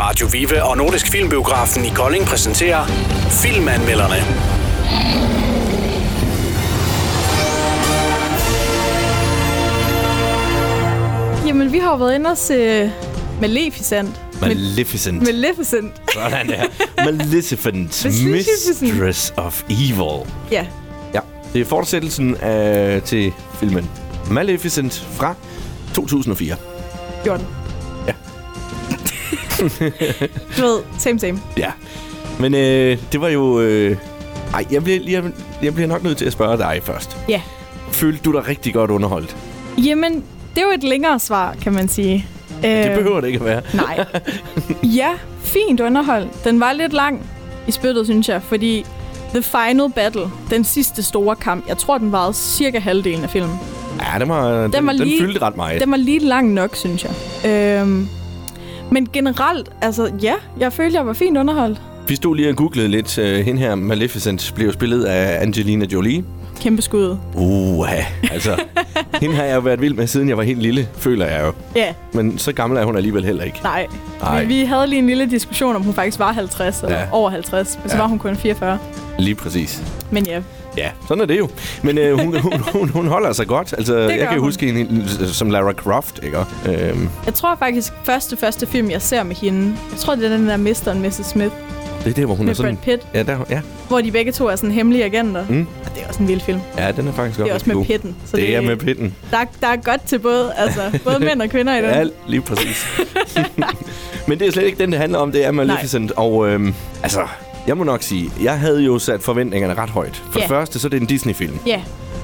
Radio Vive og Nordisk Filmbiografen i Kolding præsenterer Filmanmelderne. Jamen, vi har jo været inde og se øh, Maleficent. Maleficent. Maleficent. Sådan der. Maleficent. Maleficent. Mistress of Evil. ja. Ja, det er fortsættelsen af, til filmen Maleficent fra 2004. Jordan. Ja. Du ved, same same. Ja. Men øh, det var jo... Øh, ej, jeg bliver, jeg, jeg bliver nok nødt til at spørge dig først. Ja. Følte du dig rigtig godt underholdt? Jamen, det er jo et længere svar, kan man sige. Det Øh. behøver det ikke at være. Nej. ja, fint underhold. Den var lidt lang i spyttet, synes jeg, fordi The Final Battle, den sidste store kamp, jeg tror, den varede cirka halvdelen af filmen. Ja, den, var, den, den, var den lige- fyldte ret meget. Den var lige lang nok, synes jeg. Øhm, men generelt, altså ja, jeg følte, jeg var fint underholdt. Vi stod lige og googlede lidt. Øh, hende her, Maleficent, blev spillet af Angelina Jolie. Kæmpe skud. Uha, altså. hende har jeg jo været vild med, siden jeg var helt lille, føler jeg jo. Ja, Men så gammel er hun alligevel heller ikke. nej. Nej. Vi, vi havde lige en lille diskussion, om hun faktisk var 50 eller Ja. over 50, men så Ja. var hun kun 44. Lige præcis. Men ja, Ja, sådan er det jo. Men øh, hun, hun, hun, hun holder sig godt. Altså, jeg gør kan hun. huske hende øh, som Lara Croft, ikke? Øhm, jeg tror faktisk, første, første film, jeg ser med hende, jeg tror, det er den der Mr. and Mrs. Smith det er der, hvor hun er med sådan... Brad Pitt. Ja, der, ja. hvor de begge to er sådan hemmelige agenter. Mm. Og det er også en vild film. ja, den er faktisk godt Det er også rigtig med god. pitten. Så Det er med pitten. Der, er- der er godt til både, altså, både mænd og kvinder i den. Ja, lige præcis. Men det er slet ikke den, det handler om. Det er Maleficent. Og øhm, altså, jeg må nok sige, jeg havde jo sat forventningerne ret højt. For Ja. det første, så er det en Disney-film. ja,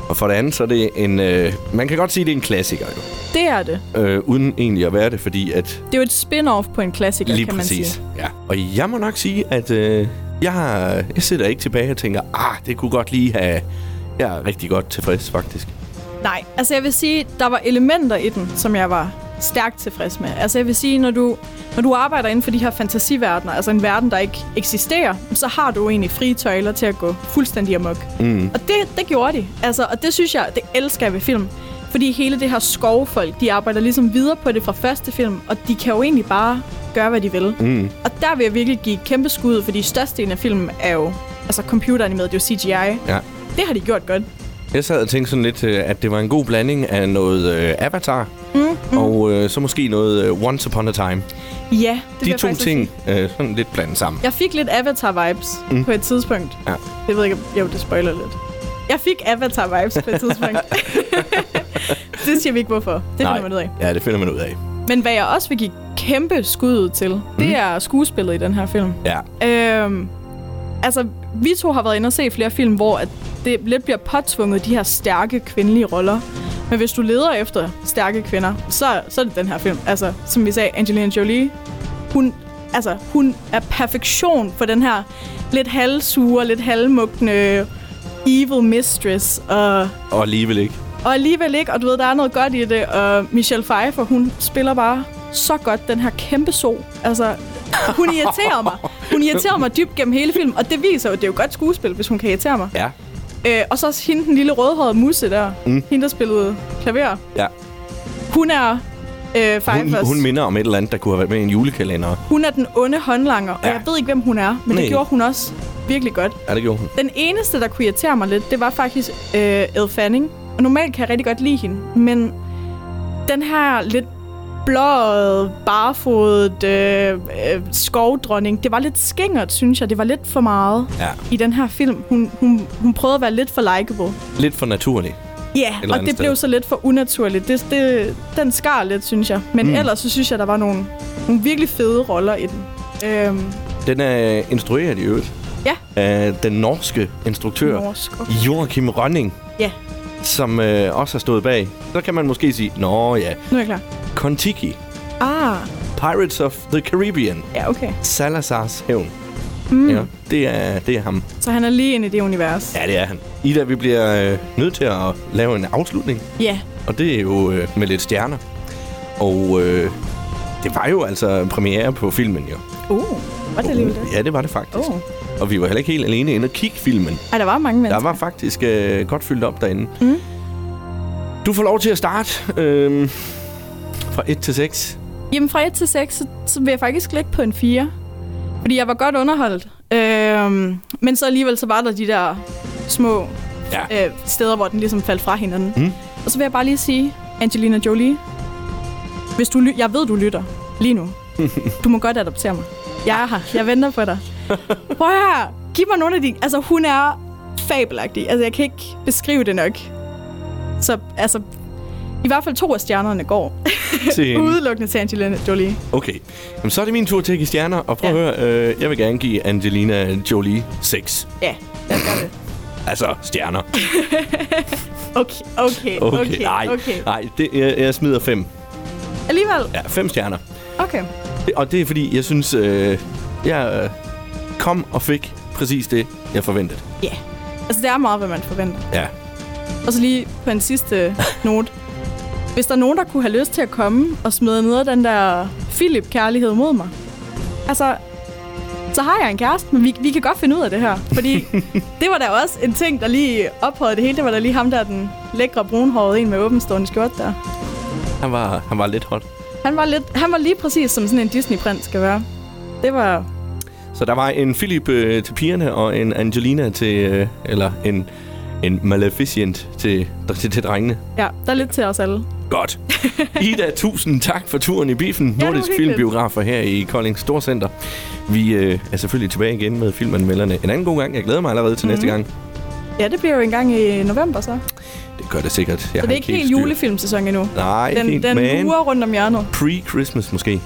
Og for det andet, så er det en... Øh, man kan godt sige, det er en klassiker, jo. det er det. Øh, uden egentlig at være det, fordi at Det er jo et spin-off på en klassiker, Lige kan man præcis. sige. Ja. Og jeg må nok sige, at øh, jeg, har, jeg sidder ikke tilbage og tænker, ah, det kunne godt lige have... Jeg er rigtig godt tilfreds, faktisk. Nej, altså jeg vil sige, der var elementer i den, som jeg var stærkt tilfreds med. Altså jeg vil sige, når du, når du arbejder inden for de her fantasiverdener, altså en verden, der ikke eksisterer, så har du egentlig frie tøjler til at gå fuldstændig amok. Mm. Og det, det gjorde de. Altså, og det synes jeg, det elsker jeg ved film. Fordi hele det her skovfolk, de arbejder ligesom videre på det fra første film, og de kan jo egentlig bare gøre, hvad de vil. Mm. Og der vil jeg virkelig give et kæmpe skud, fordi størstedelen af filmen er jo altså computeranimeret, det er jo CGI. Ja. Ja. Det har de gjort godt. Jeg sad og tænkte sådan lidt, øh, at det var en god blanding af noget øh, Avatar, mm, mm. og øh, så måske noget øh, Once Upon a Time. Ja, Mm-hmm. det vil De jeg to faktisk ting øh, sådan lidt blandet sammen. Jeg fik lidt Avatar-vibes mm. på et tidspunkt. Ja. Jeg ved ikke, om- jo, det spoiler lidt. Jeg fik Avatar-vibes på et tidspunkt. det siger vi ikke, hvorfor. Det finder man ud af. Ja, det finder man ud af. Men hvad jeg også vil give kæmpe skud ud til, mm. det er skuespillet i den her film. Ja. Øhm, altså, vi to har været inde og se flere film, hvor at det lidt bliver påtvunget de her stærke kvindelige roller. Men hvis du leder efter stærke kvinder, så, så er det den her film. Altså, som vi sagde, Angelina Jolie, hun, altså, hun er perfektion for den her lidt halvsure, lidt halvmugne evil mistress. Og, Og alligevel ikke. og alligevel ikke, og du ved, der er noget godt i det. Og Michelle Pfeiffer, hun spiller bare så godt den her kæmpe sol. Altså, hun irriterer mig. Hun irriterer mig dybt gennem hele filmen, og det viser jo, at det er jo godt skuespil, hvis hun kan irritere mig. Ja. Øh, og så også hende, den lille rødhårede musse der. Mm. Hende, der spillede klaver. ja. Hun er øh, Hun, Pfeiffers. hun minder om et eller andet, der kunne have været med i en julekalender. hun er den onde håndlanger, og Ja. jeg ved ikke, hvem hun er, men Nej. det gjorde hun også virkelig godt. Ja, det gjorde hun. Den eneste, der kunne irritere mig lidt, det var faktisk øh, Ed Fanning. Og normalt kan jeg rigtig godt lide hende, men den her lidt blåede, barfodet øh, øh, skovdronning, det var lidt skingert, synes jeg. Det var lidt for meget Ja. i den her film. Hun, hun, hun prøvede at være lidt for likeable. Lidt for naturligt. Ja, eller og andet det sted. blev så lidt for unaturligt. Det, det, den skar lidt, synes jeg. Men mm. ellers så synes jeg, der var nogle, nogle virkelig fede roller i den. Øhm, Den er instrueret i øvrigt ja, af den norske instruktør norsk. okay. Joachim Rønning, Ja, som øh, også har stået bag. Så kan man måske sige, nå ja, nu er jeg klar. Kon-Tiki, Ah, Pirates of the Caribbean, ja, okay. Salazars hævn. Mm. Ja, det er, det er ham. Så han er lige inde i det univers. Ja, det er han. Ida, vi bliver øh, nødt til at lave en afslutning, Ja. og det er jo øh, med lidt stjerner. Og øh, det var jo altså premiere på filmen, jo. Uh, var det alligevel det? Ja, det var det faktisk. Oh. Og vi var heller ikke helt alene inde og kigge filmen. Ej, der var mange Der mennesker. var faktisk øh, godt fyldt op derinde. Mm. Du får lov øhm, til at starte øh, fra 1 til 6. Jamen fra 1 til 6, så, så vil jeg faktisk ligge på en 4. Fordi jeg var godt underholdt. Øhm, men så alligevel, så var der de der små Ja. øh, steder, hvor den ligesom faldt fra hinanden. Mm. Og så vil jeg bare lige sige, Angelina Jolie, hvis du ly- jeg ved, du lytter lige nu. Du må godt adoptere mig. Jeg er her. Jeg venter på dig. Prøv her. Giv mig nogle af de... Altså, hun er fabelagtig. Altså, jeg kan ikke beskrive det nok. Så, altså... I hvert fald to af stjernerne går. Til hende. Udelukkende til Angelina Jolie. Okay. Jamen, så er det min tur til at give stjerner. Og prøv Ja. at høre, øh, jeg vil gerne give Angelina Jolie 6. Ja, jeg gør det. Altså, stjerner. Okay, okay, okay, okay. nej. okay. Nej, det, jeg, jeg smider 5. Alligevel, Ja, 5 stjerner. okay. Det- Og det er fordi, jeg synes, øh, jeg øh, kom og fik præcis det, jeg forventede. Ja. Yeah. Altså, det er meget, hvad man forventer. Ja. Og så lige på en sidste note. Hvis der er nogen, der kunne have lyst til at komme og smide noget af den der Philip-kærlighed mod mig, altså, så har jeg en kæreste, men vi, vi kan godt finde ud af det her. Fordi det var da også en ting, der lige ophøjede det hele. Det var da lige ham der, den lækre brunhårede en med åbenstående skjort der. Han var, han var lidt hot. Han var, lidt, han var lige præcis som sådan en Disney-prins skal være. Det var... Så der var en Philip øh, til pigerne, og en Angelina til... Øh, eller en, en Maleficent til, til, til drengene. Ja, der er lidt til os alle. Godt. Ida, tusind tak for turen i biffen. var Nordisk hyggeligt. Filmbiografer her i Kolding Storcenter. Vi øh, er selvfølgelig tilbage igen med filmanmelderne en anden god gang. Jeg glæder mig allerede til mm. Mhm. næste gang. Ja, det bliver jo engang i november så. Det gør det sikkert. Jeg Så det er ikke helt julefilmsæson endnu. Nej, den, Den, helt, den men lurer rundt om hjørnet. pre-Christmas måske.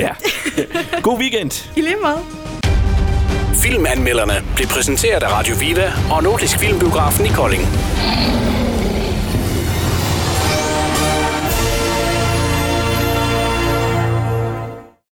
Ja. ja. God weekend. I lige måde. Filmanmelderne blev præsenteret af Radio Viva og Nordisk Filmbiografen i Kolding.